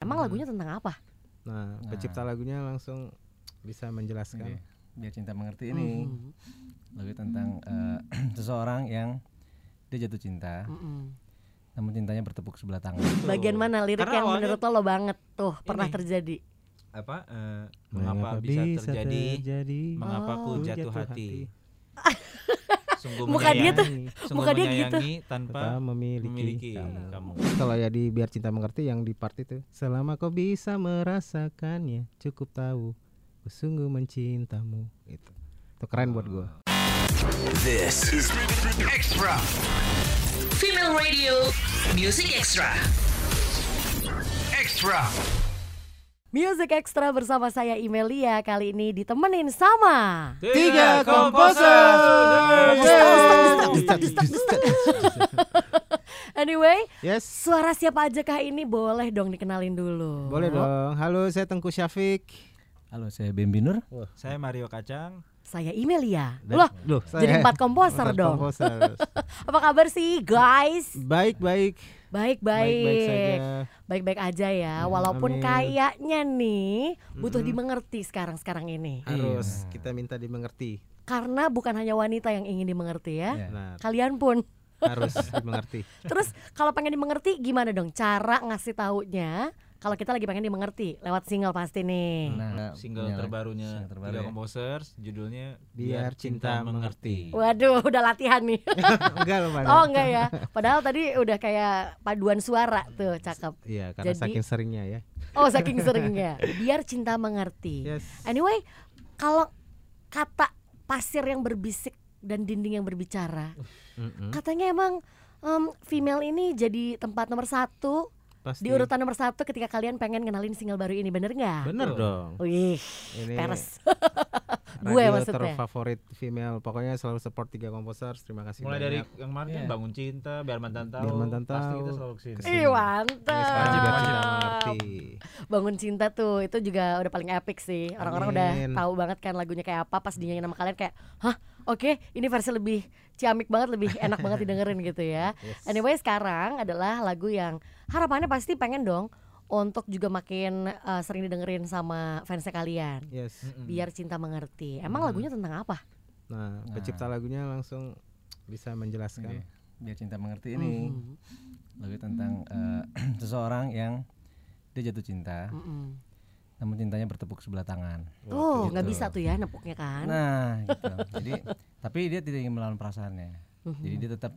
Hmm. Emang lagunya tentang apa? Nah, pencipta lagunya langsung bisa Iya. menjelaskan. Oke, biar cinta mengerti ini Mhm. lagu tentang eh, seseorang yang dia jatuh cinta Mm-mm. namun cintanya bertepuk sebelah tangan Bagian mana lirik Karena yang awalnya menurut lo lo banget tuh pernah ini. terjadi? apa eh, mengapa bisa terjadi terjadi? mengapa ku Ku Oh, jatuh jatuh hati sungguh Muka dia tuh- menyayangi- sungguh muka dia gitu. menyayangi tanpa Tanpa memiliki. memiliki Kamu. kamu Kalau ya di biar cinta mengerti yang di part itu. Selama kau bisa merasakannya, cukup tahu ku sungguh mencintamu. Itu. Itu keren buat gua. This is Extra. Female Radio Music Extra. Extra. Music Extra bersama saya Imelia kali ini ditemenin sama tiga komposer Anyway, Yes. suara siapa aja kah ini boleh dong dikenalin dulu. Boleh Oh. dong. Halo, saya Tengku Syafiq. halo saya Bambi Nur saya Mario Kacang Saya Imelia. Dan- Loh, Loh, jadi empat komposer empat dong. komposer. Apa kabar sih, guys? Baik-baik. Baik-baik Baik-baik. Iya. saja. Baik-baik aja ya, Ya, walaupun amin. kayaknya nih butuh dimengerti sekarang-sekarang ini. Harus kita minta dimengerti. Karena bukan hanya wanita yang ingin dimengerti ya, Iya. Benar. kalian pun. harus dimengerti. Terus kalau pengen dimengerti gimana dong cara ngasih taunya? Kalau kita lagi pengen dimengerti lewat single pasti nih. nah, single punya- terbarunya single terbaru tiga ya. komposer judulnya Biar Cinta Mengerti. Waduh, udah latihan nih. enggak loh, Pak. oh enggak ya. Padahal tadi udah kayak paduan suara tuh, cakep. Iya, karena Jadi- saking seringnya ya. Oh, saking seringnya. Biar cinta mengerti. Yes. Anyway, kalau kata pasir yang berbisik dan dinding yang berbicara, Mm-mm. katanya emang em, female ini jadi tempat nomor satu di Pasti. urutan nomor satu ketika kalian pengen kenalin single baru ini, bener nggak? Bener dong. Wih, Ini peres. radio Gue maksudnya. terfavorit female. Pokoknya selalu support tiga komposer. Terima kasih. mulai dari banyak. yang kemarin kan Iya. bangun cinta biar mantan tahu Biar Mantan pasti Tahu. kita selalu kesini Kesini. Ih, Ini sekarang biar cinta mantap. mengerti. Bangun cinta tuh itu juga udah paling epic sih. Orang-orang udah Amin. tahu banget kan lagunya kayak apa pas dinyanyiin sama kalian kayak, "Hah, oke, ini versi lebih ciamik banget, lebih enak banget didengerin gitu ya." Yes. Anyway, sekarang adalah lagu yang harapannya pasti pengen dong untuk juga makin eh, sering didengerin sama fansnya kalian. Yes. Hmm. Biar cinta mengerti. Emang lagunya tentang apa? Nah, pencipta lagunya langsung bisa Iya. Oke, menjelaskan. biar cinta mengerti Mhm. ini Hmm. lagu tentang eh, seseorang yang dia jatuh cinta Mm-mm. namun cintanya bertepuk sebelah tangan Oh, nggak gitu. bisa tuh ya nepuknya kan? nah gitu jadi tapi dia tidak ingin melawan perasaannya jadi dia tetap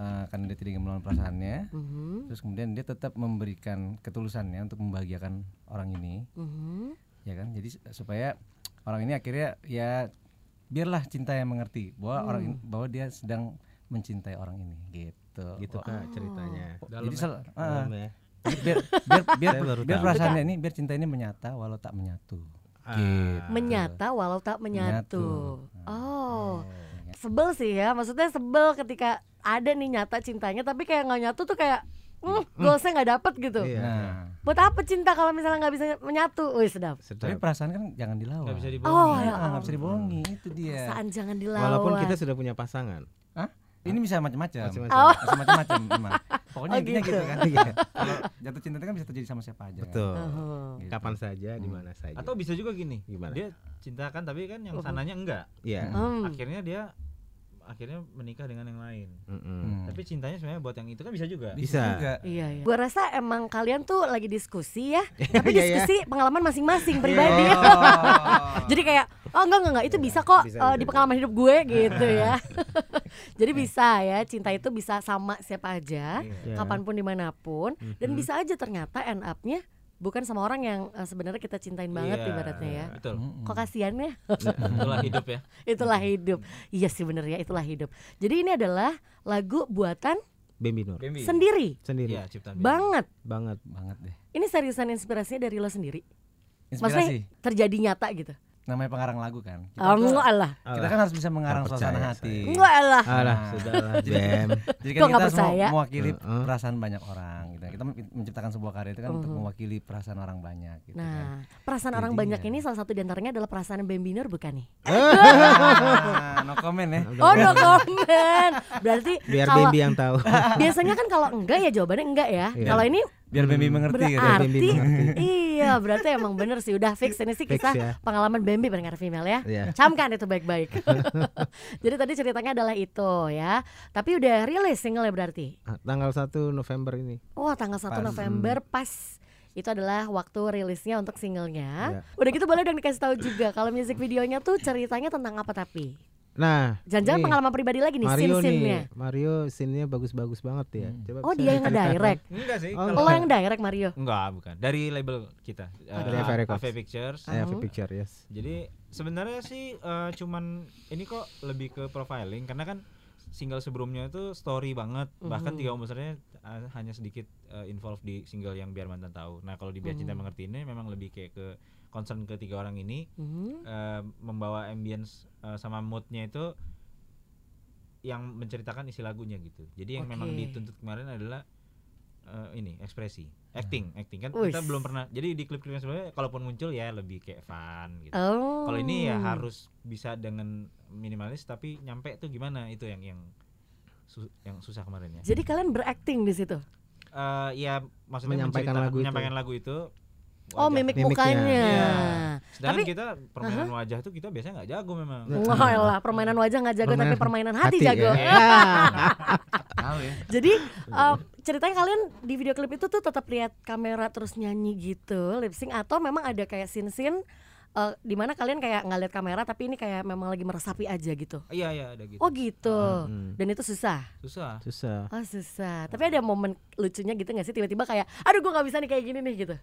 eh, karena dia tidak ingin melawan perasaannya Mhm, terus kemudian dia tetap memberikan ketulusannya untuk membahagiakan orang ini mhm. ya kan jadi s- supaya orang ini akhirnya ya biarlah cinta yang mengerti bahwa orang Hmm. ini- bahwa dia sedang mencintai orang ini gitu Gitu Wah, Kak ceritanya. wah, Dalam jadi ya? sel- ah, Dalam Gitu. ya. jadi biar biar biar, Saya baru biar tahu. perasaannya ini biar cinta ini menyata walau tak menyatu Ah. Nah, gitu Menyata walau tak menyatu. Menyatu. Nah, iya. Oh, kan? sebel sih ya. Maksudnya sebel ketika ada nih nyata cintanya, tapi kayak nggak nyatu tuh kayak, hmm, goalsnya nggak dapet gitu. Iya. nah Buat apa cinta kalau misalnya nggak bisa menyatu? Wih sedap. tapi Sedap. perasaan kan jangan dilawan nggak bisa dibohongi Oh Iya, ya, nggak bisa ampun. dibohongi itu dia perasaan jangan dilawan. Walaupun kita sudah punya pasangan. Hah? ini bisa macam-macam Macam-macam. Oh. Bisa macam-macam emang pokoknya Oh, intinya gitu, gitu. kan Iya. kalau jatuh cinta itu kan bisa terjadi sama siapa aja kan? Betul. Oh. Gitu. Kapan saja, di mana saja. atau bisa juga gini Iya, Gimana? Oh. dia cintakan tapi kan yang sananya enggak Iya. Hmm. akhirnya dia akhirnya menikah dengan yang lain Mm-mm. Hmm. tapi cintanya sebenarnya buat yang itu kan bisa juga Bisa. juga Iya, iya. Gua rasa emang kalian tuh lagi diskusi ya, tapi Iya, iya. diskusi pengalaman masing-masing pribadi. Iya. Oh, Jadi kayak oh enggak enggak enggak itu bisa kok Iya, Bisa, eh, bisa, di bisa. pengalaman hidup gue gitu ya. Jadi bisa ya cinta itu bisa sama siapa aja, Iya. Iya. kapanpun dimanapun dan Mhm. bisa aja ternyata end up-nya bukan sama orang yang eh, sebenarnya kita cintain banget Iya, ibaratnya ya. betul Mm-mm. Hmm. Kok kasihan ya? itulah hidup ya Itulah hidup. Iya sih bener ya itulah hidup. Jadi ini adalah lagu buatan Bambi Nur. Bambi. sendiri Sendiri Iya, ciptaan Bambi. banget. banget. banget deh Ini seriusan inspirasinya dari lo sendiri. inspirasi Maksudnya terjadi nyata gitu. namanya pengarang lagu kan kita, Enggak lah. kita kan harus bisa mengarang Nggak suasana percaya hati Enggak lah. Alah, sudahlah, Bem. Kok jadi kan kita nggak harus mau- percaya? mewakili Heeh. perasaan banyak orang gitu. kita kita men- menciptakan sebuah karya itu kan untuk mewakili perasaan orang banyak gitu kan. Mm-hmm. Nah, perasaan orang Jadinya. banyak ini salah satu diantaranya adalah perasaan Bambiner bukan nih? Eh, Ah, no comment ya. Eh, Oh no comment. Berarti Biar kalau Bambi yang tahu. biasanya kan kalau enggak ya jawabannya enggak ya. Iya. Kalau ini Biar Bambi mengerti gitu. berarti Bambi iya berarti emang bener sih udah fix ini sih Fix kisah ya. pengalaman Bambi pendengar female ya. Iya. Camkan itu baik-baik. Jadi tadi ceritanya adalah itu ya. Tapi udah rilis single ya berarti. Ah, Tanggal 1 November ini. Wah tanggal 1 Pas. November pas itu adalah waktu rilisnya untuk Iya. singlenya. Udah gitu boleh dong dikasih tahu juga kalau music videonya tuh ceritanya tentang apa tapi. Nah, Jangan-jangan nih, pengalaman pribadi lagi nih Mario nih. scene-scene-nya. Mario scene-nya bagus-bagus banget ya. Coba Oh bisa dia yang diceritakan. ngedirect. Enggak sih. Oh, kalau- Lo yang direct Mario. Enggak, bukan. Dari label kita. eh, Dari AV Records. AV Pictures. Saya Oh. picture yes. Jadi sebenarnya sih eh, cuman ini kok lebih ke profiling karena kan single sebelumnya itu story banget bahkan tiga umurnya hanya sedikit eh, involved di single yang biar mantan tahu. Nah kalau di biar cinta mengerti ini memang lebih kayak ke concern ketiga orang ini Hmm. eh, membawa ambience eh, sama moodnya itu yang menceritakan isi lagunya gitu. Jadi yang memang Oke. dituntut kemarin adalah eh, ini ekspresi, acting, Hmm. acting kan Wis. kita belum pernah. Jadi di klip-klip yang sebelumnya kalaupun muncul ya lebih kayak fun gitu. Oh. Kalau ini ya harus bisa dengan minimalis tapi nyampe tuh gimana itu yang yang su- yang susah kemarin ya. Jadi kalian berakting di situ. Eh, ya maksudnya Menyampaikan menceritakan- lagu itu. menyampaikan lagu itu. Oh, wajah. mimik Mimiknya. mukanya. Iya. Sedangkan Tapi Nah. kita permainan wajah tuh kita biasanya nggak jago memang. wah elah, permainan wajah nggak jago tapi Permainan permainan hati, hati, jago. ya. Tahu ya. Jadi eh, ceritanya kalian di video klip itu tuh tetap lihat kamera terus nyanyi gitu, lip sync atau memang ada kayak scene-scene eh, di mana kalian kayak nggak lihat kamera tapi ini kayak memang lagi meresapi aja gitu. Iya iya ada gitu. Oh gitu. Hmm, Dan itu susah. Susah. Susah. Oh Nah. susah. Tapi ada momen lucunya gitu nggak sih tiba-tiba kayak aduh gue nggak bisa nih kayak gini nih gitu.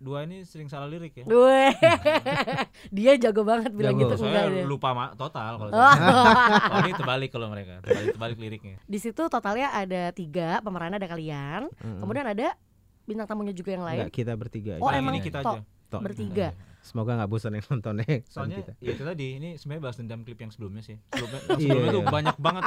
Dua ini sering salah lirik ya. Weh. dia jago banget bilang Jago. gitu enggak dia. Saya lupa ma- total kalau Oh. saya. Kalau ini terbalik kalau mereka, terbalik, terbalik liriknya. Di situ totalnya ada tiga pemeran ada kalian, Hmm. kemudian ada bintang tamunya juga yang lain. Enggak, kita bertiga Oh, Yang emang ini kita tok. aja. Tok. bertiga. Semoga nggak bosan yang nonton deh. Soalnya kita. ya itu tadi ini sebenarnya balas dendam klip yang sebelumnya sih. Sebelumnya, Iya, yang sebelumnya tuh iya. banyak banget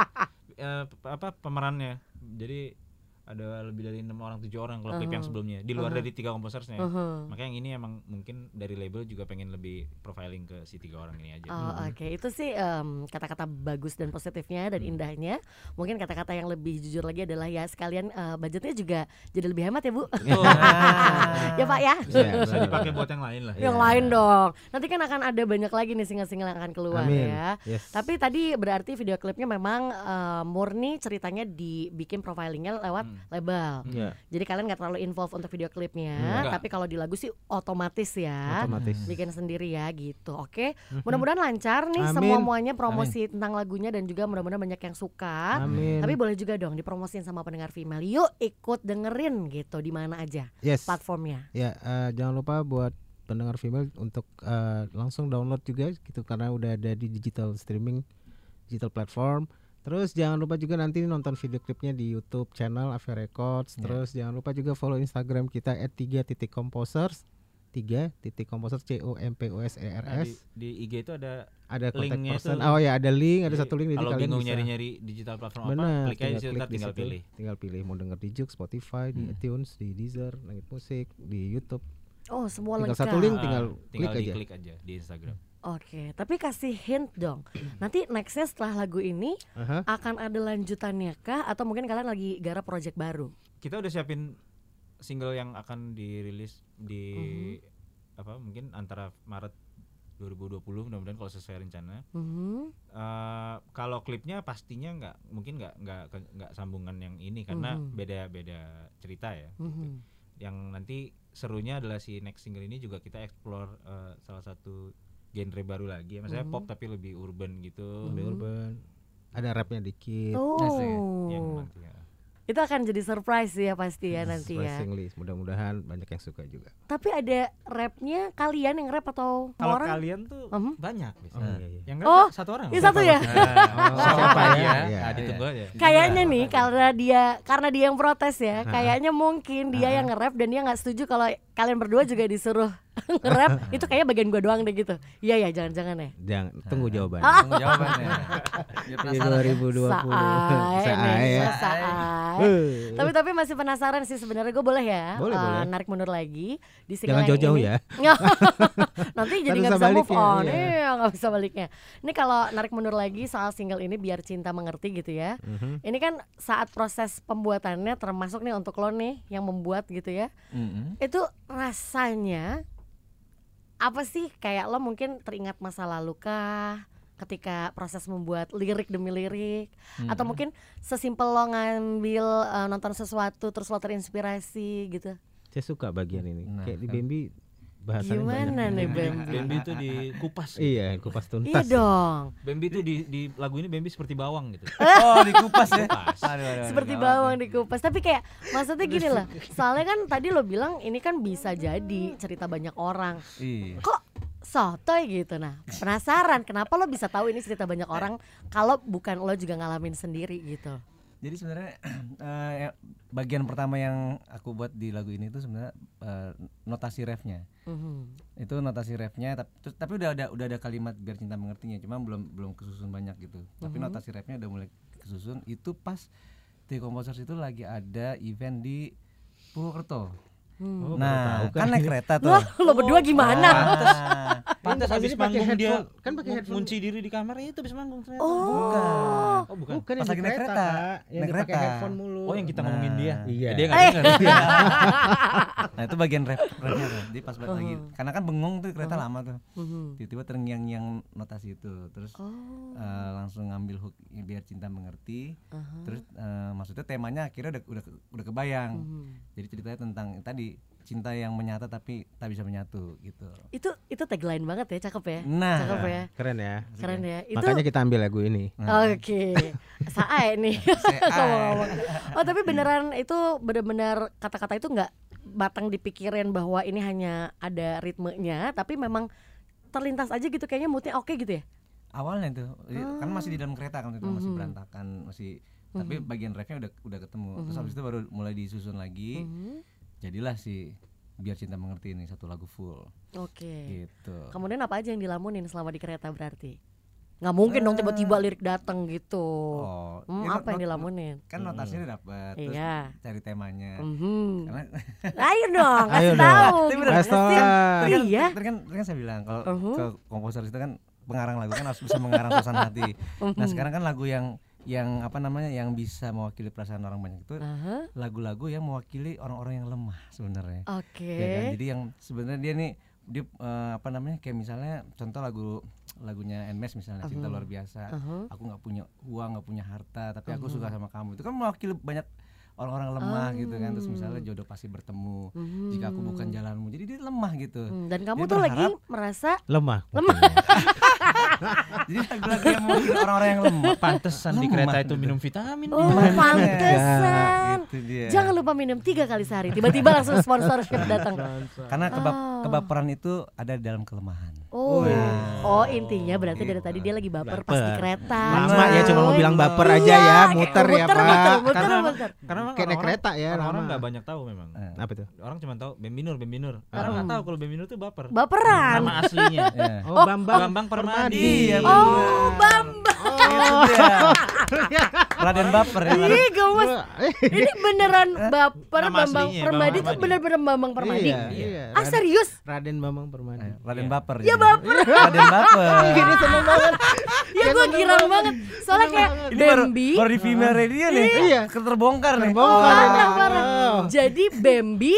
eh, pe- apa pemerannya. Jadi ada lebih dari enam orang tujuh orang kalau klip Oh. yang sebelumnya di luar dari tiga komposernya. Uhum. Makanya yang ini emang mungkin dari label juga pengen lebih profiling ke si tiga orang ini aja. Oh, Hmm. Oke, itu sih em, kata-kata bagus dan positifnya dan Hmm. indahnya. Mungkin kata-kata yang lebih jujur lagi adalah ya sekalian eh, budgetnya juga jadi lebih hemat ya bu. Nah. Betul. ya pak ya. Iya, Bisa benar. dipakai buat yang lain lah. Yang lain dong. Nanti kan akan ada banyak lagi nih single-single yang akan keluar Amin. ya. Yes. Tapi tadi berarti video klipnya memang eh, murni ceritanya dibikin profilingnya lewat label. Iya. Jadi kalian nggak terlalu involve untuk video klipnya, Nggak. tapi kalau di lagu sih otomatis ya. Hmm, Otomatis. Mhm. Bikin sendiri ya gitu. Oke. Mudah-mudahan lancar nih Amin. semua-muanya promosi tentang lagunya dan juga mudah-mudahan banyak yang suka. ya. Amin. Tapi boleh juga dong dipromosin sama pendengar female. Yuk ikut dengerin gitu di mana aja Yes. platformnya. Ya, eh, jangan lupa buat pendengar female untuk eh, langsung download juga gitu karena udah ada di digital streaming, digital platform. Terus jangan lupa juga nanti nonton video klipnya di YouTube channel Avia Ya. Records. Terus jangan lupa juga follow Instagram kita @3.composers 3 titik composers C O M P O S E R Nah, di, S di IG itu ada ada kontak linknya person itu- oh ya ada link ada Jadi, satu link jadi Kalau kalian bingung bisa. nyari-nyari digital platform Benar, apa, klik aja di situ, klik ntar di tinggal situ. pilih. tinggal pilih mau denger di Joox, Spotify, di iTunes, di Deezer, langit musik, di YouTube. Oh, semua Tinggal lengkap. satu link. Tinggal Ah, tinggal klik aja. Hmm. diklik aja. di Instagram. Oke, tapi kasih hint dong. Nanti nextnya setelah lagu ini Aha. akan ada lanjutannya kah atau mungkin kalian lagi garap project baru? Kita udah siapin single yang akan dirilis di Hmm. apa mungkin antara Maret 2020 mudah-mudahan kalau sesuai rencana. Mhm. Eh, kalau klipnya pastinya nggak mungkin nggak nggak nggak sambungan yang ini karena Hmm. Mhm. beda-beda cerita ya. Mhm. Yang nanti serunya adalah si next single ini juga kita explore eh, salah satu genre baru lagi. Maksudnya Hmm. pop tapi lebih urban gitu. Lebih urban. Ada rapnya Iya, dikit. Yang Oh. nanti, ya. Itu akan jadi surprise ya pasti Iya, ya nanti ya. Surprisingly, mudah-mudahan banyak yang suka juga. Tapi ada rapnya kalian yang rap atau Kalau orang? kalian tuh Mhm. banyak biasanya. iya, iya. Yang Oh, oh, satu orang. Ini satu ya. Siapa ya? Iya. Nah, Ditunggu aja. Kayaknya nih karena dia karena dia yang protes ya, kayaknya mungkin dia yang nge-rap dan dia nggak setuju kalau kalian berdua juga disuruh nge-rap itu kayaknya bagian gua doang deh gitu. Iya ya, jangan-jangan ya. Jangan tunggu jawabannya. Ah, Tunggu jawabannya. Biar Di ya. penasaran. ya? 2020. Saai, Saai. ya. Nesa, saai. Eh. Tapi tapi masih penasaran sih sebenarnya gue boleh ya eh, Boleh, boleh. narik mundur lagi di single Jangan yang jauh-jauh ini. ya. Nanti jadi Ntar nggak susah bisa move baliknya, on. iya. Iya, nggak bisa baliknya. Ini kalau narik mundur lagi soal single ini biar cinta mengerti gitu ya. Mhm. Ini kan saat proses pembuatannya termasuk nih untuk lo nih yang membuat gitu ya. Mm-mm. Itu rasanya apa sih kayak lo mungkin teringat masa lalu kah? ketika proses membuat lirik demi lirik Hmm. atau mungkin sesimpel lo ngambil eh, nonton sesuatu terus lo terinspirasi gitu Saya suka bagian ini. Nah, Kayak di kan. Bambi bahasanya Gimana banyak. nih, Iya, Bambi? Bambi itu dikupas. gitu. Iya, kupas iya tuntas. dong Bambi itu di di lagu ini Bambi seperti bawang Iya. gitu. Oh, dikupas ya. Dikupas. Aduh, aduh, ya. aduh, seperti gawat bawang nih. dikupas tapi kayak maksudnya gini lah soalnya kan tadi lo bilang ini kan bisa jadi cerita banyak orang Iya. kok sotoy gitu nah penasaran kenapa lo bisa tahu ini cerita banyak orang kalau bukan lo juga ngalamin sendiri gitu Jadi sebenarnya eh, ya- bagian pertama yang aku buat di lagu ini itu sebenarnya eh, notasi refnya. Mhm. Itu notasi refnya tapi, terus- tapi udah ada udah ada kalimat biar cinta mengertinya, cuma belum belum kesusun banyak gitu. Tapi Mm-hmm. notasi refnya udah mulai kesusun. Itu pas The Composers itu lagi ada event di Purwokerto. Oh, baru nah, tahu kan naik kereta tuh. Wah, Hmm. lo berdua gimana Nah, Pantas Ini habis pakai manggung dia headphone. Kan pakai ngun- headphone. Oh. ngunci diri di kamar ya itu habis manggung ternyata. bukan. Oh, bukan. Bukan yang Pas di lagi naik kan kereta, kereta. Kak. yang Naik dipakai kereta. headphone mulu. Oh, yang kita Nah. ngomongin dia. Iya. Dia enggak dengar. nah itu bagian rap rapnya tuh. Jadi pas banget lagi karena kan bengong tuh kereta lama tuh Mhm. tiba-tiba terngiang-ngiang notasi itu terus Oh. eh, langsung ngambil hook biar cinta mengerti Uh-huh. terus eh, maksudnya temanya akhirnya udah udah udah kebayang Hmm. Mhm. jadi ceritanya tentang tadi cinta yang menyata tapi tak bisa menyatu gitu itu itu tagline banget ya cakep ya Nah. cakep ya Keren ya. keren ya itu Makanya kita ambil lagu ini. Oke, saai nih. Ngomong-ngomong. oh tapi beneran itu benar-benar kata-kata itu nggak batang dipikirin bahwa ini hanya ada ritmenya, tapi memang terlintas aja gitu kayaknya moodnya oke gitu ya. awalnya tuh i- kan Ah. masih di dalam kereta kan itu masih berantakan masih tapi bagian rapnya udah udah ketemu terus habis itu baru mulai disusun lagi Mhm. jadilah si biar cinta mengerti ini satu lagu full Oke. gitu Kemudian apa aja yang dilamunin selama di kereta berarti? Nggak mungkin dong tiba-tiba lirik datang gitu. Eh. oh Hmm, ya not- apa yang not- dilamunin? kan notasinya udah dapet terus Iya. cari temanya Mhm. karena kan Ayo dong, kasih Ayo dong. tahu. Tapi gimana bener, sih? pasti. Iya. tadi kan tadi kan saya bilang kalau Uhu. ke komposer itu kan pengarang lagu kan harus bisa mengarang suasana hati Mhm. nah sekarang kan lagu yang yang apa namanya yang bisa mewakili perasaan orang banyak itu Aha, lagu-lagu yang mewakili orang-orang yang lemah sebenarnya Oke. ya kan? jadi yang sebenarnya dia nih dia eh, apa namanya kayak misalnya contoh lagu lagunya Nmes misalnya cinta Uh-huh. luar biasa aku nggak punya uang nggak punya harta tapi aku suka Uh-huh. sama kamu itu kan mewakili banyak orang-orang lemah gitu kan terus Oh. misalnya jodoh pasti bertemu jika aku bukan jalanmu jadi dia lemah gitu Hmm, Dan kamu Dia tuh lagi berharap- merasa Lemah. Lemah. jadi lagu-lagu yang mewakili orang-orang yang lemah Pantesan di Lemah kereta itu gitu. minum vitamin. Oh, pantesan. itu Iya, gitu dia Jangan lupa minum tiga kali sehari. Tiba-tiba langsung sponsorship datang. karena kebab- kebaperan itu ada dalam kelemahan Oh, oh intinya berarti dari tadi dia lagi baper, pas di kereta. Iya, Lama ya cuma mau bilang baper aja ya, muter ya, muter, Pak. muter, Karena muter, muter. karena memang Kayak naik orang-orang- kereta ya, Orang-orang lama. nggak banyak tahu memang. Apa tuh? Orang cuma tahu Bembinur, Bembinur. Ah. Orang nggak tahu kalau Bembinur itu baper. Baperan. Nama aslinya. Iya. Oh, Bambang, Bambang Permadi. Iya, Oh, Bambang. Iya, Raden baper ya. Ih, gemes. Eh, Ini beneran baper Nama Bambang aslinya, Permadi tuh Bambang Permadi. bener-bener Bambang oh, Permadi. Iya, iya. Ah, Raden, serius? Raden Bambang Permadi. Iya. Raden baper. Ya, jadinya. Iya, baper. Raden baper. Ini seneng banget. Ya gue girang banget. Soalnya kayak Ini baru, Bambi. baru di female radio nih. Iya. Terbongkar nih. Oh, Terbongkar. Parah, parah. Jadi Bambi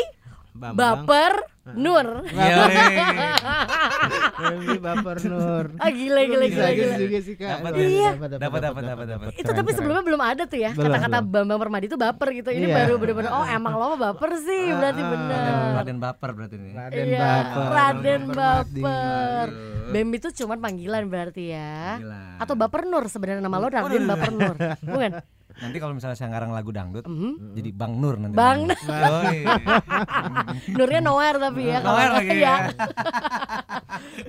Bambang. Nah. baper Nur. Iya, weh. Bambi baper Nur. Ah, gila gila gila. Bagus gila. juga sih, Kak. Dapat, Iya. Dapat dapat dapat dapat. itu tapi sebelumnya belum ada tuh ya Belum, kata-kata Bambang Permadi itu baper gitu ini Iya. Ah, baru bener-bener oh emang lo mah baper sih berarti bener Raden baper berarti ini. Raden iya baper. Raden Permadi. baper Bambi itu cuman panggilan berarti ya Panggilan. atau baper Nur sebenarnya nama lo Raden baper Nur bukan Mm-hmm. Nanti kalau misalnya saya ngarang lagu dangdut, jadi Bang Nur nanti. Bang Nur. Yoi. Nurnya nowhere tapi ya kalau Nowhere ya. lagi, ya.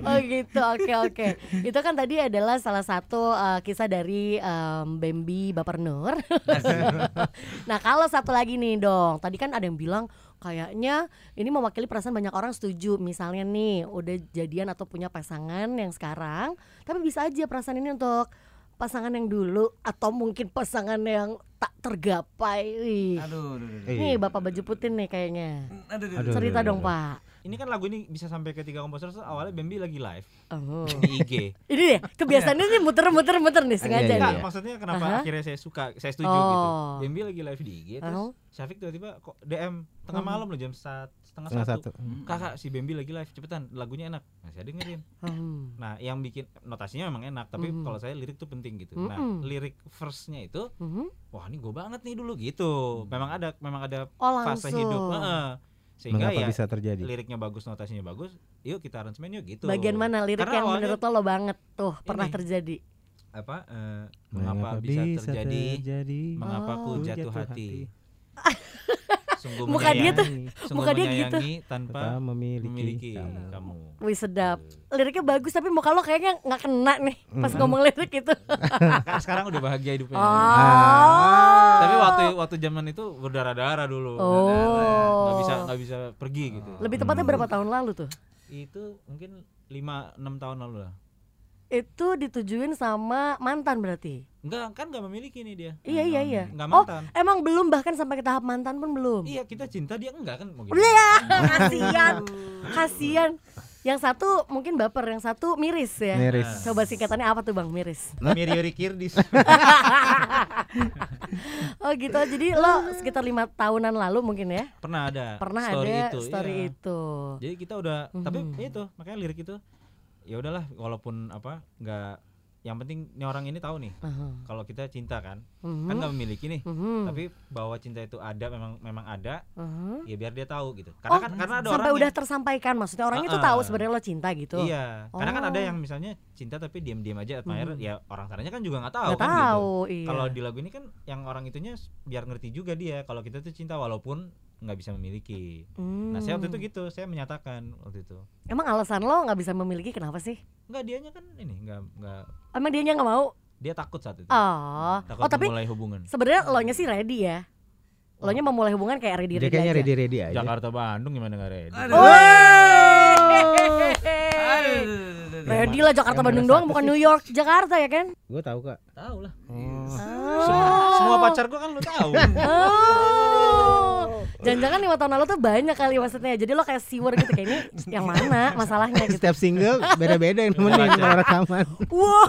oh gitu, oke oke. Itu kan tadi adalah salah satu eh, kisah dari em, Bambi Baper Nur. nah kalau satu lagi nih dong, tadi kan ada yang bilang kayaknya ini mewakili perasaan banyak orang setuju. Misalnya nih udah jadian atau punya pasangan yang sekarang, tapi bisa aja perasaan ini untuk pasangan yang dulu atau mungkin pasangan yang tak tergapai. Wih. Aduh, aduh, aduh. Eh, Nih bapak baju putih nih kayaknya. Aduh, aduh, aduh. Aduh, Cerita aduh, dong pak. Ini kan lagu ini bisa sampai ke tiga komposer terus awalnya Bambi lagi live Oh. di Iya. IG. Ini deh kebiasaannya nih muter-muter-muter nih sengaja Iya, Enggak, nih. iya. maksudnya kenapa Aha. akhirnya saya suka, saya setuju gitu. Oh. Bambi lagi live di IG terus Oh. Hmm. Syafiq tiba-tiba kok DM tengah malam loh jam sat, setengah, Setengah satu. satu. Hmm. Kakak si Bambi lagi live cepetan lagunya enak. Nah, saya dengerin. Hmm. Nah, yang bikin notasinya memang enak, tapi Mhm. kalau saya lirik tuh penting gitu. Nah, Mhm. lirik verse-nya itu, Mhm. wah ini gue banget nih dulu gitu. Hmm. Memang ada memang ada Oh fase langsung. hidup, heeh. sehingga Mengapa ya bisa terjadi? liriknya bagus, notasinya bagus, yuk kita aransemen yuk gitu. Bagian mana lirik Karena yang awalnya menurut lo, lo banget tuh pernah ini. terjadi? apa eh, mengapa bisa, terjadi? terjadi? Mengapa ku Oh. Jatuh jatuh hati? Sungguh Muka dia tuh- menyayangi- sungguh muka dia gitu. menyayangi tanpa Tanpa memiliki, memiliki kamu. kamu. Wih sedap. Iya. Liriknya bagus tapi muka lo kayaknya nggak kena nih pas ngomong lirik itu. Kan sekarang udah bahagia Iya. hidupnya. Oh. Ah. Tapi waktu waktu zaman itu berdarah-darah dulu. Oh. Nggak bisa nggak bisa pergi gitu. Oh. Lebih tepatnya berapa tahun lalu tuh? Itu mungkin 5 6 tahun lalu lah. Itu ditujuin sama mantan berarti. Enggak, kan enggak memiliki nih dia. Iya iya iya. Enggak oh mantan. emang belum bahkan sampai ke tahap mantan pun belum. Iya, kita cinta dia enggak kan mau gimana? Udah ya, Iya. kasihan, kasihan. Yang satu mungkin baper, yang satu miris ya. Miris. Coba singkatannya apa tuh bang miris? Miriori Nah, Kirdis. Oh gitu, jadi lo sekitar lima tahunan lalu mungkin ya Pernah ada pernah story ada itu. story iya. itu. Hmm. Jadi kita udah tapi ya itu makanya lirik itu ya udahlah walaupun apa enggak yang penting nih orang ini tahu nih Aha. kalau kita cinta kan Mhm. kan nggak memiliki nih Mhm. tapi bahwa cinta itu ada memang memang ada Aha. ya biar dia tahu gitu Oh, karena kan karena ada Uh-huh. sampai orang udah yang- tersampaikan maksudnya orangnya tuh Ah, ah. tahu sebenarnya lo cinta gitu. iya karena kan ada Oh. Hmm. yang misalnya cinta tapi diam-diam aja admire ya orang sananya kan juga nggak tahu Nggak kan tahu, gitu iya. kalau di lagu ini kan yang orang itunya s- biar ngerti juga dia kalau kita tuh cinta walaupun nggak bisa memiliki nah saya waktu Hmm. itu gitu saya menyatakan waktu itu Emang alasan lo nggak bisa memiliki kenapa sih? nggak dianya kan ini nggak nggak Emang dia nggak mau? dia takut saat itu Oh, takut oh tapi mulai hubungan sebenarnya lo nya sih ready ya. Lo nya memulai hubungan kayak ready Dia ready kayaknya aja. ready ready aja. Jakarta Bandung gimana nggak ready Wey. Ready lah Jakarta Bandung doang bukan New York Jakarta ya kan? Gue tahu kak. tahu lah Oh. semua pacar gua kan lo tahu Oh. Jangan-jangan lima tahun lalu tuh banyak kali maksudnya. Jadi lo kayak siwer gitu kayak ini yang mana masalahnya gitu. Setiap single beda-beda yang nemenin Baca. kalau rekaman. Wow.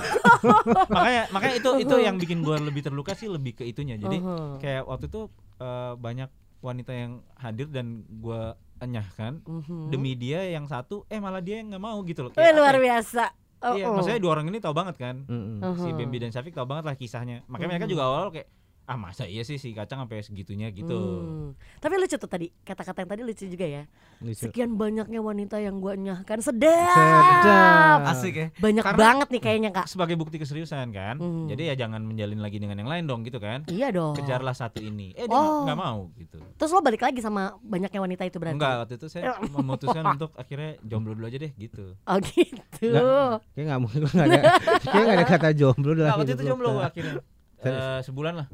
makanya makanya itu itu yang bikin gue lebih terluka sih lebih ke itunya jadi Uhum. kayak waktu itu eh, banyak wanita yang hadir dan gue enyahkan Mhm. demi dia yang satu eh malah dia yang nggak mau gitu loh Wih, Kayak Eh, luar apa ya? biasa. Oh, iya oh. Uh-huh. maksudnya dua orang ini tahu banget kan Mm-mm. Uhum. si Bambi dan Syafiq tahu banget lah kisahnya Uh-huh. makanya mereka juga awal kayak ah masa iya sih si kacang sampai segitunya gitu Hmm. Tapi lucu tuh tadi kata-kata yang tadi lucu juga ya. Lucu. Sekian banyaknya wanita yang gua enyahkan sedap. Sedap. Asik ya. Banyak Karena- banget nih kayaknya kak. sebagai bukti keseriusan kan Hmm. jadi ya jangan menjalin lagi dengan yang lain dong gitu kan Iya dong. kejarlah satu ini eh dia Oh. nggak mau gitu Terus lo balik lagi sama banyaknya wanita itu berarti? Enggak, waktu itu saya memutuskan untuk akhirnya jomblo dulu aja deh gitu. Oh gitu. Nggak. Kayak nggak mungkin nggak ada. Kayak nggak ada kata jomblo gitu. dalam Nah, waktu hidup itu lu, jomblo Kak. akhirnya. Serius? Eh, sebulan lah.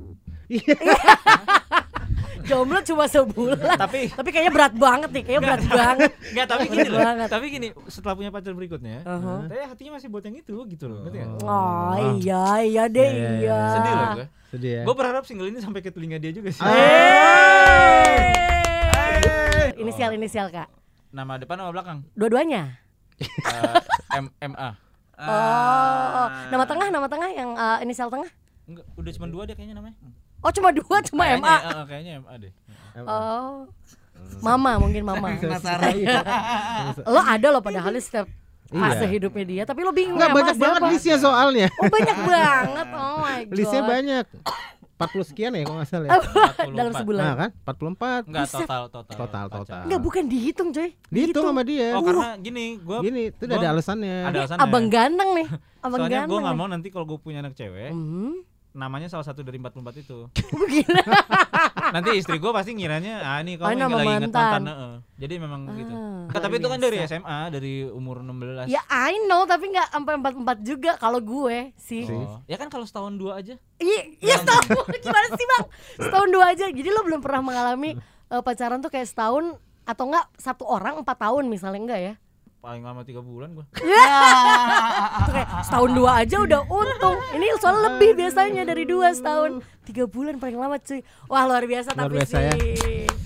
Jomblo cuma sebulan. Tapi- tapi kayaknya berat banget nih, kayaknya berat banget. Enggak, tapi Berat gini loh. banget. Tapi gini, setelah punya pacar berikutnya, Uh-huh. saya hatinya masih buat yang itu gitu loh. Ngerti nggak? Oh iya iya deh Iya, iya, iya. iya. Sedih loh gue. Sedih ya. Gue berharap single ini sampai ke telinga dia juga sih. Ah. Hey. Inisial inisial kak. Nama depan nama belakang. Dua-duanya. Eh, M MA. Ah, Oh, nama tengah nama tengah yang eh, inisial tengah. Enggak, udah cuma dua deh kayaknya namanya. Oh cuma dua cuma Kayaknya, MA. eh, eh, kayaknya MA deh. Oh. Mama mungkin mama. Penasaran. Lo ada lo padahal di setiap fase Iya. hidupnya dia, tapi lo bingung Nggak sama banyak banget siapa. listnya soalnya. Oh banyak banget. Oh my god. Listnya banyak. 40 sekian ya kalau nggak salah. Ya. 44. Dalam sebulan. Nah kan 44 Enggak total total. Total, pacar. total. Enggak bukan dihitung coy. Gitu. dihitung sama dia. Uh, Oh, karena gini, gue Gini, itu udah ada alasannya. Ada alasannya. Abang ganteng nih. Abang ya? Soalnya ganteng. gue nggak eh. nih. mau nanti kalau gue punya anak cewek, Hmm. namanya salah satu dari 44 itu. Gila. Nanti istri gue pasti ngiranya ah ini Oh, kamu nama lagi inget mantan. mantan. heeh. Jadi memang gitu. Ah, Nah, luar tapi itu kan dari biasa. SMA, dari umur 16. Ya I know tapi nggak sampai empat empat juga kalau gue sih. Oh. Ya kan kalau setahun dua aja. Iya, iya setahun gimana sih bang? Setahun dua aja. Jadi lo belum pernah mengalami eh, pacaran tuh kayak setahun atau enggak satu orang empat tahun misalnya enggak ya? Paling lama tiga bulan gue. Itu kayak setahun dua aja udah untung. Ini soal lebih biasanya dari dua setahun tiga bulan paling lama cuy. Wah luar biasa Luar tapi biasa sih. ya.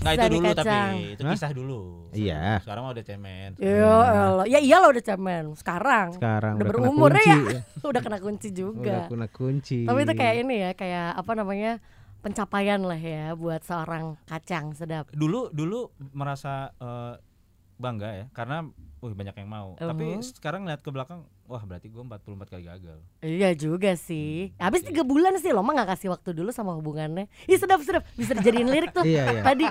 Nggak Nah, itu Sari dulu kacang. tapi itu Hah? kisah dulu. Iya. Sekarang mah udah cemen. Ya elah. ya iyalah udah cemen sekarang. Sekarang udah udah kena berumur ya. kunci, ya. udah kena kunci Udah juga. kena kunci. Tapi itu kayak ini ya, kayak apa namanya? pencapaian lah ya buat seorang kacang sedap. Dulu dulu merasa eh, bangga ya karena wih banyak yang mau. Uhum. Tapi sekarang lihat ke belakang, wah berarti gue 44 kali gagal. Iya juga sih. Habis tiga bulan sih lo mah nggak kasih waktu dulu sama hubungannya. Ih sedap sedap bisa dijadiin lirik tuh. Iya, iya. Tadi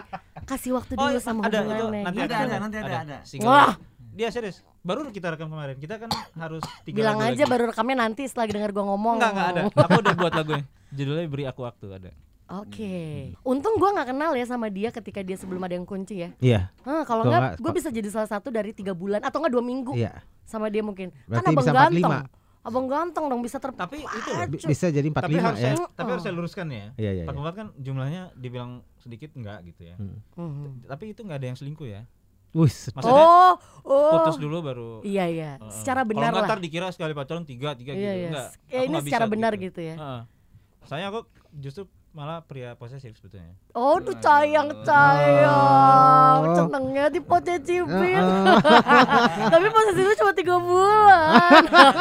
kasih waktu dulu sama Oh, ada itu hubungannya. nanti gitu. ada, ada, nanti ada, ada. Single. Wah. Dia serius. Baru kita rekam kemarin. Kita kan harus tiga Bilang lagu aja lagi. baru rekamnya nanti setelah denger gua ngomong. Enggak enggak ada. Aku udah buat lagunya. Judulnya beri aku waktu ada. Oke. Untung gua nggak kenal ya sama dia ketika dia sebelum ada yang kunci ya. Iya, Hah, kalau Kalau enggak nggak- gua bisa jadi salah satu dari tiga bulan atau enggak dua minggu iya. sama dia mungkin. kan Berarti Oh, abang bisa ganteng. 45. Abang ganteng dong bisa ter Tapi itu loh. Ah, Bi- cu- Bisa jadi 45 Tapi harus ya. saya, tapi Oh. harus saya luruskan ya. Iya, Hmm. iya, iya. 44 kan jumlahnya dibilang sedikit enggak gitu ya. Mhm. Tapi itu enggak ada yang selingkuh ya. Wih, Maksudnya Oh, oh. putus dulu baru Iya iya, Heeh. secara Kalau benar nggak lah. ntar dikira sekali pacaran tiga Iya, tiga gitu iya. enggak. Ya, aku ini nggak bisa secara benar gitu ya. Heeh. Saya aku justru malah pria posesif sebetulnya. Oh, tuh sayang sayang, Oh. centengnya di pote cipin. Tapi posisinya cuma tiga bulan. Ah,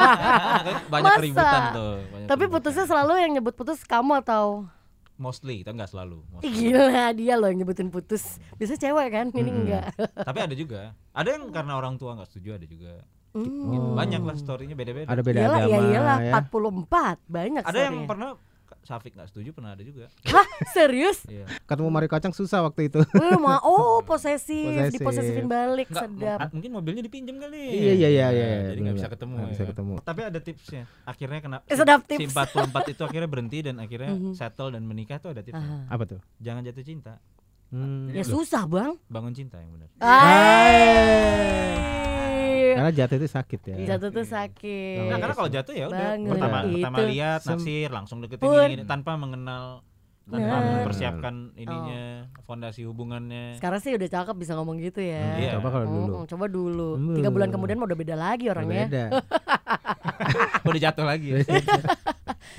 kan? banyak Ah, Masa? keributan tuh. banyak Tapi keributan. putusnya selalu yang nyebut putus kamu atau mostly, tapi enggak selalu. Ih, mostly. gila dia loh yang nyebutin putus. Biasa cewek kan, ini Hmm. enggak. tapi ada juga. Ada yang karena orang tua nggak setuju, ada juga. Gitu. Banyak lah storynya beda-beda. ada beda Hmm. Iyalah, agama ya iyalah, ya. 44 banyak Ada yang story-nya. pernah Safik nggak setuju pernah ada juga. Hah, serius? Iya. Ketemu Mario Kacang susah waktu itu. Eh, mau oh posesif, Posesif. diposesifin balik, Nggak, sedap. m- Ah, mungkin mobilnya dipinjam Iya, kali. iya, iya, iya, Nah, iya, Jadi nggak benar. bisa ketemu. Nggak ya. bisa ketemu. Tapi ada tipsnya. Akhirnya kena Eh, sedap si tips. Mm-hmm. 44 itu akhirnya berhenti dan akhirnya settle dan menikah tuh ada tipsnya. Apa tuh? Jangan jatuh cinta, Hmm. Ya susah, Bang. bangun cinta yang benar. Hai. Karena jatuh itu sakit ya. Jatuh tuh sakit. Nah, karena kalau jatuh ya udah Bangun pertama itu. pertama lihat naksir langsung deketin Pun. ini, ini, tanpa mengenal tanpa Bener. mempersiapkan ininya, fondasi hubungannya. Sekarang sih udah cakep bisa ngomong gitu ya. Iya. Hmm, Coba kalau Oh, dulu. Mm, coba dulu. Hmm. Tiga bulan kemudian mau udah beda lagi orangnya. Beda. Udah jatuh lagi. ya.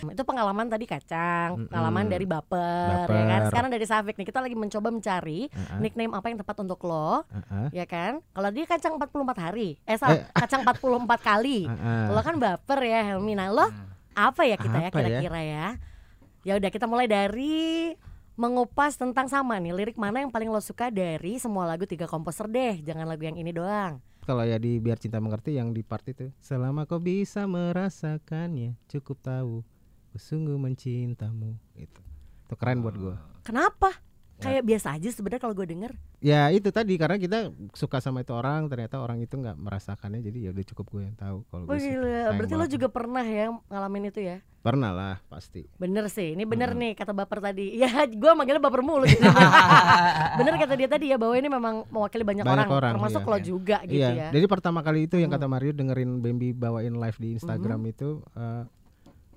Itu pengalaman tadi kacang, pengalaman dari baper, ya kan. Baper. Sekarang dari Safik nih kita lagi mencoba mencari nickname apa yang tepat untuk lo, Heeh. ya kan? Kalau dia kacang 44 hari, eh salah, kacang 44 kali. Heeh. Lo kan baper ya Helmi. Nah, lo apa ya kita ya Ah. Hmm. Apa ya? kira-kira ya? Ya udah kita mulai dari mengupas tentang sama nih lirik mana yang paling lo suka dari semua lagu tiga komposer deh, jangan lagu yang ini doang. Kalau ya di biar cinta mengerti yang di part itu selama kau bisa merasakannya cukup tahu ku sungguh mencintamu itu itu keren buat gua Kenapa? Nah. Kayak biasa aja sebenarnya kalau gue denger. ya itu tadi karena kita suka sama itu orang ternyata orang itu nggak merasakannya jadi ya udah cukup gue yang tahu kalau Wah, gua sih gila. sayang Berarti lo banget. juga pernah ya ngalamin itu ya? pernah lah pasti Bener sih, ini bener Hmm. nih kata baper tadi. Ya, gue manggilnya baper mulu. gitu. bener kata dia tadi ya bahwa ini memang mewakili banyak, Banyak orang, orang, termasuk iya. lo juga gitu iya ya. Hmm. jadi pertama kali itu yang kata Mario dengerin Bambi bawain live di Instagram itu eh,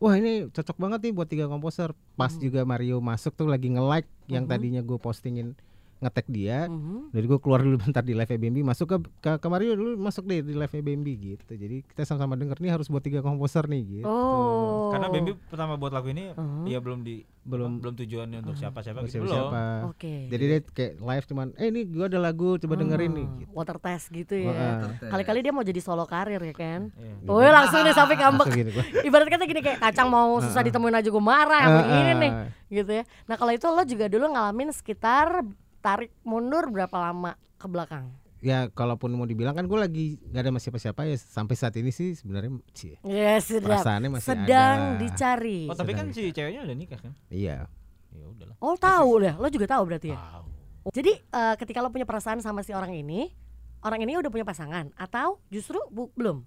wah ini cocok banget nih buat tiga komposer pas Hmm. juga Mario masuk tuh lagi nge like yang tadinya gue postingin ngetek dia Mhm. Jadi gue keluar dulu bentar di live Bambi, masuk ke ke, ke Mario dulu masuk deh di live Bambi gitu. Jadi kita sama-sama denger nih harus buat tiga komposer nih gitu. Iya. Oh. Karena Bambi pertama buat lagu ini Mhm. ya belum di Belum- belum tujuannya untuk siapa-siapa Buat gitu siapa-siapa. belum. Oke. Jadi dia kayak live cuman eh ini gue ada lagu coba dengerin nih Ah, gitu. Water test gitu ya. Heeh. Kali-kali dia mau jadi solo karir ya kan. Iya. Woi langsung nih sampai ngambek. Langsung gini gua. Ibarat kata gini kayak kacang mau susah ditemuin aja gue marah yang Ah, Nah, begini ah. nih gitu ya. Nah kalau itu lo juga dulu ngalamin sekitar tarik mundur berapa lama ke belakang? Ya kalaupun mau dibilang kan gue lagi gak ada sama siapa-siapa ya sampai saat ini sih sebenarnya cie. Ya sedap. Perasaannya masih Sedang ada lah. dicari. Oh, tapi kan si ceweknya udah nikah kan? Iya. Ya udahlah. Oh tahu lah, lo juga tahu berarti ya. Ah. Tahu. Jadi eh, ketika lo punya perasaan sama si orang ini, orang ini udah punya pasangan atau justru bu- belum?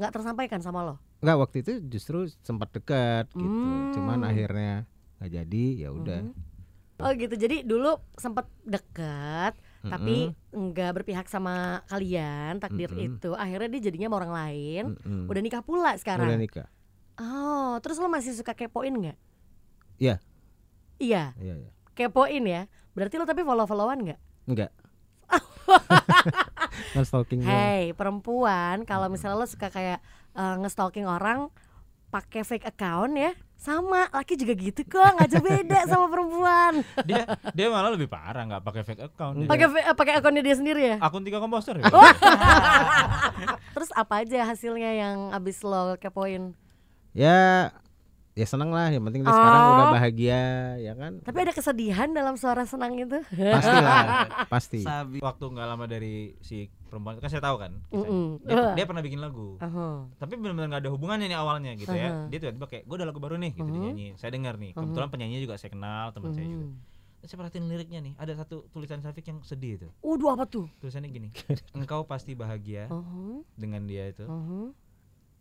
Nggak tersampaikan sama lo? nggak waktu itu justru sempat dekat gitu Hmm. cuman akhirnya nggak jadi ya udah Oh gitu. Jadi dulu sempet deket tapi nggak berpihak sama kalian takdir Mm-mm. itu. Akhirnya dia jadinya sama orang lain. Mm-mm. kan Udah nikah pula udah sekarang. nikah Oh, terus lo masih suka kepoin nggak? Iya. Iya, iya iya kepoin ya. Berarti lo tapi follow-followan nggak? enggak kan Iya. stalking doang. Hey perempuan, kalau misalnya lo suka kayak eh, ngestalking orang pakai fake account ya, sama laki juga gitu kok, nggak jauh beda sama perempuan. dia dia malah lebih parah nggak pakai fake account dia. Pakai fa- eh, pakai akunnya dia sendiri ya. akun tiga komposer ya Terus apa aja hasilnya yang abis lo kepoin? ya ya seneng lah yang penting dia sekarang udah bahagia ya kan Oh. Tapi ada kesedihan dalam suara senang itu. pasti lah pasti Sabi. waktu nggak lama dari si perempuan kan saya tahu kan kisahnya. Mm-mm. dia, Wah. Uh-huh. dia pernah bikin lagu Aha. tapi benar-benar nggak ada hubungannya nih awalnya gitu Aha. ya dia tiba-tiba kayak gue ada lagu baru nih gitu dia nyanyi saya dengar nih kebetulan penyanyinya juga saya kenal teman Mhm. saya juga Mm-hmm. Terus saya perhatiin liriknya nih ada satu tulisan Syafiq yang sedih itu Waduh apa tuh? tulisannya gini engkau pasti bahagia Mhm, dengan dia itu mhm.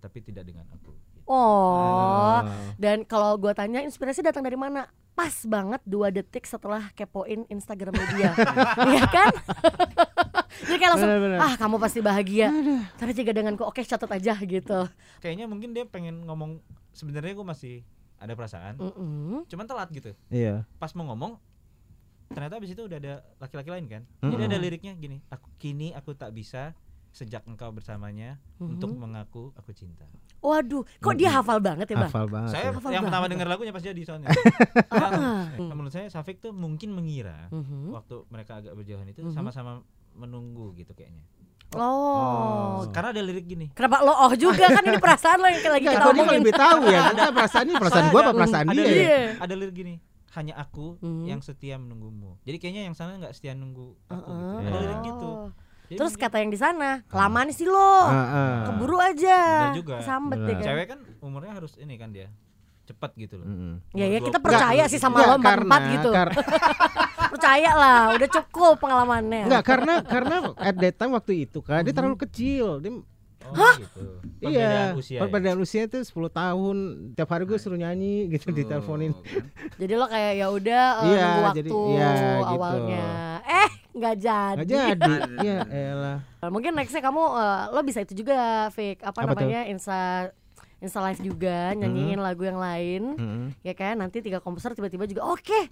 tapi tidak dengan aku Ah. Oh, dan kalau gua tanya inspirasi datang dari mana? Pas banget dua detik setelah kepoin Instagram dia, iya kan? Jadi kayak langsung, Bener-bener. ah kamu pasti bahagia. Tapi jika denganku, oke catat aja gitu. kayaknya mungkin dia pengen ngomong sebenarnya gue masih ada Oh. perasaan Mm-mm. cuman telat gitu iya pas mau ngomong ternyata abis itu udah ada laki-laki lain kan jadi ada liriknya gini aku kini aku tak bisa sejak engkau bersamanya Mhm. untuk mengaku aku cinta Waduh, kok dia hafal banget ya bang? hafal banget ya. saya Hafal yang pertama banget. dengar lagunya pas jadi soalnya Ah. Nah, menurut saya Safik tuh mungkin mengira Mhm. waktu mereka agak berjauhan itu sama-sama menunggu gitu kayaknya Oh, karena ada lirik gini kenapa lo oh juga kan ini perasaan lo yang lagi Nggak, kita kok dia omongin. lebih tahu ya Kita perasaan ini perasaan gua apa perasaan ada dia ya? lirik, Iya. ada lirik gini hanya aku Mhm. yang setia menunggumu jadi kayaknya yang sana nggak setia nunggu aku gitu. Heeh. ada lirik gitu Oh. Jadi Terus mungkin- kata yang di sana, kelamaan sih lo. Heeh. Keburu aja. Bener juga. Sambet ya Ah. Bener. kan. cewek kan umurnya harus ini kan dia cepat gitu loh Mm-mm. Ya ya Umur kita 20. percaya sih sama lo Nggak, empat empat karena- gitu. kar- Percaya lah, udah cukup pengalamannya. Enggak karena karena at that time waktu itu kan Mm-hmm. dia terlalu kecil. Dia Oh, gitu. iya, Perbedaan usia. ya? perbedaan usia itu 10 tahun. Tiap hari gue suruh nyanyi Oh. gitu diteleponin. Jadi lo kayak ya udah eh, Iya, nunggu waktu jadi- iya, gitu. awalnya. Eh nggak jadi. Enggak jadi. ya elah. Mungkin nextnya kamu eh, lo bisa itu juga, Fik. Apa, Apa tuh? Hmm. namanya insta insta live juga nyanyiin lagu yang lain, Mm-mm. ya kan? Nanti tiga komposer tiba-tiba juga oke,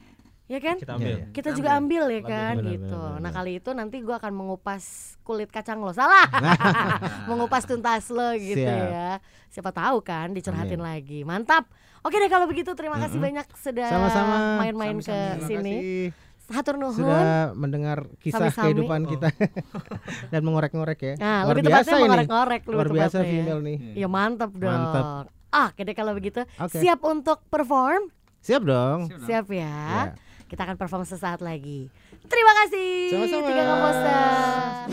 ya kan? Kita ambil. Iya, iya. kita juga ambil ya kan Benar, gitu. benar, benar. Nah kali itu nanti gua akan mengupas kulit kacang lo salah, mengupas tuntas lo gitu Siap. ya. Siapa tahu kan dicurhatin Amin. lagi. Mantap. Oke deh kalau begitu terima kasih banyak sudah Sama-sama. main-main ke Terima sini. kasih Hatur nuhun. sudah mendengar kisah Sami-sami. kehidupan Oh. kita dan mengorek-ngorek ya. Nah, Luar lebih biasa tepatnya ini. mengorek-ngorek lebih Luar biasa tepatnya ya. female nih. Ya mantap dong. Mantap. Ah, oke deh kalau begitu Oke. siap untuk perform? Siap dong. Siap ya. Iya. Kita akan perform sesaat lagi. Terima kasih. Sama-sama. Tiga komposer.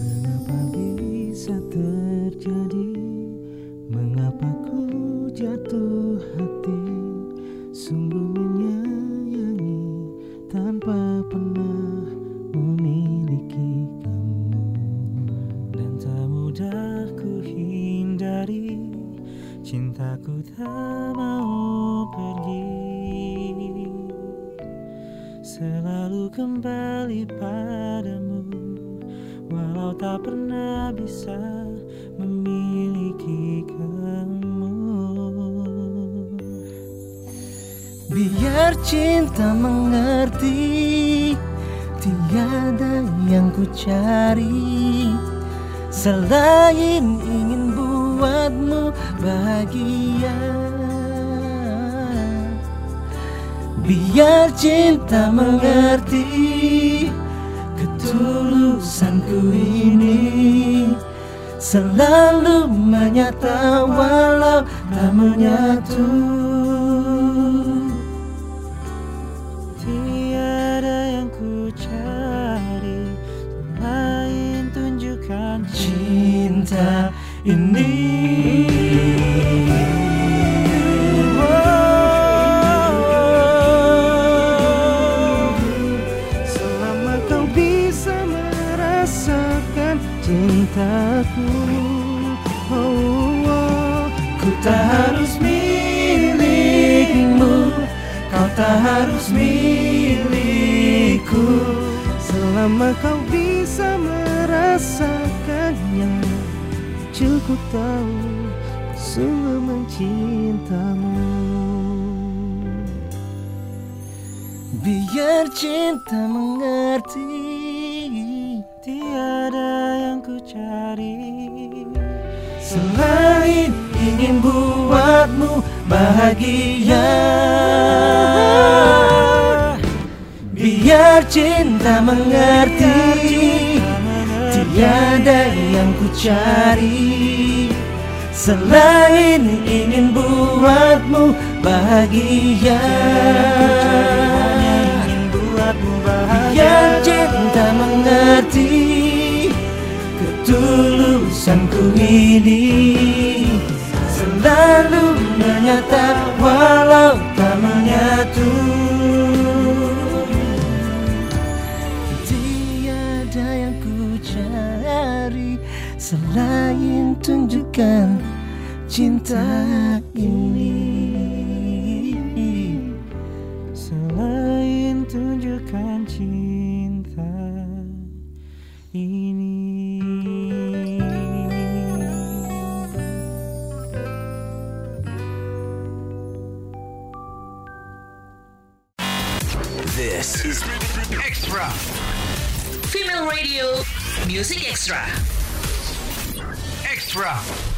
Mengapa bisa terjadi? Mengapa ku jatuh hati? Sungguh menyayangi tanpa pernah memiliki kamu. Dan tak mudah ku hindari Cintaku tak mau pergi Selalu kembali padamu Walau tak pernah bisa memiliki kamu Biar cinta mengerti Tiada yang ku cari Selain ingin buatmu bahagia Biar cinta mengerti Ketulusanku ini Selalu menyata walau tak menyatu Tiada yang ku cari Selain tunjukkan cinta cinta ini Wow. Selama kau bisa merasakan cintaku oh, oh. Ku tak harus milikmu Kau tak harus milikku Selama kau bisa merasakannya Cukup tahu ku Sungguh mencintamu Biar cinta mengerti Tiada yang ku cari Selain ingin buatmu bahagia Biar cinta mengerti Tiada yang ku cari Selain ingin buatmu bahagia Biar cinta mengerti Ketulusanku ini Selalu menyata walau tak menyatu Tiada yang ku cari Selain tunjukkan cinta ini Selain tunjukkan cinta ini This is extra. Female Radio Music Extra. Extra.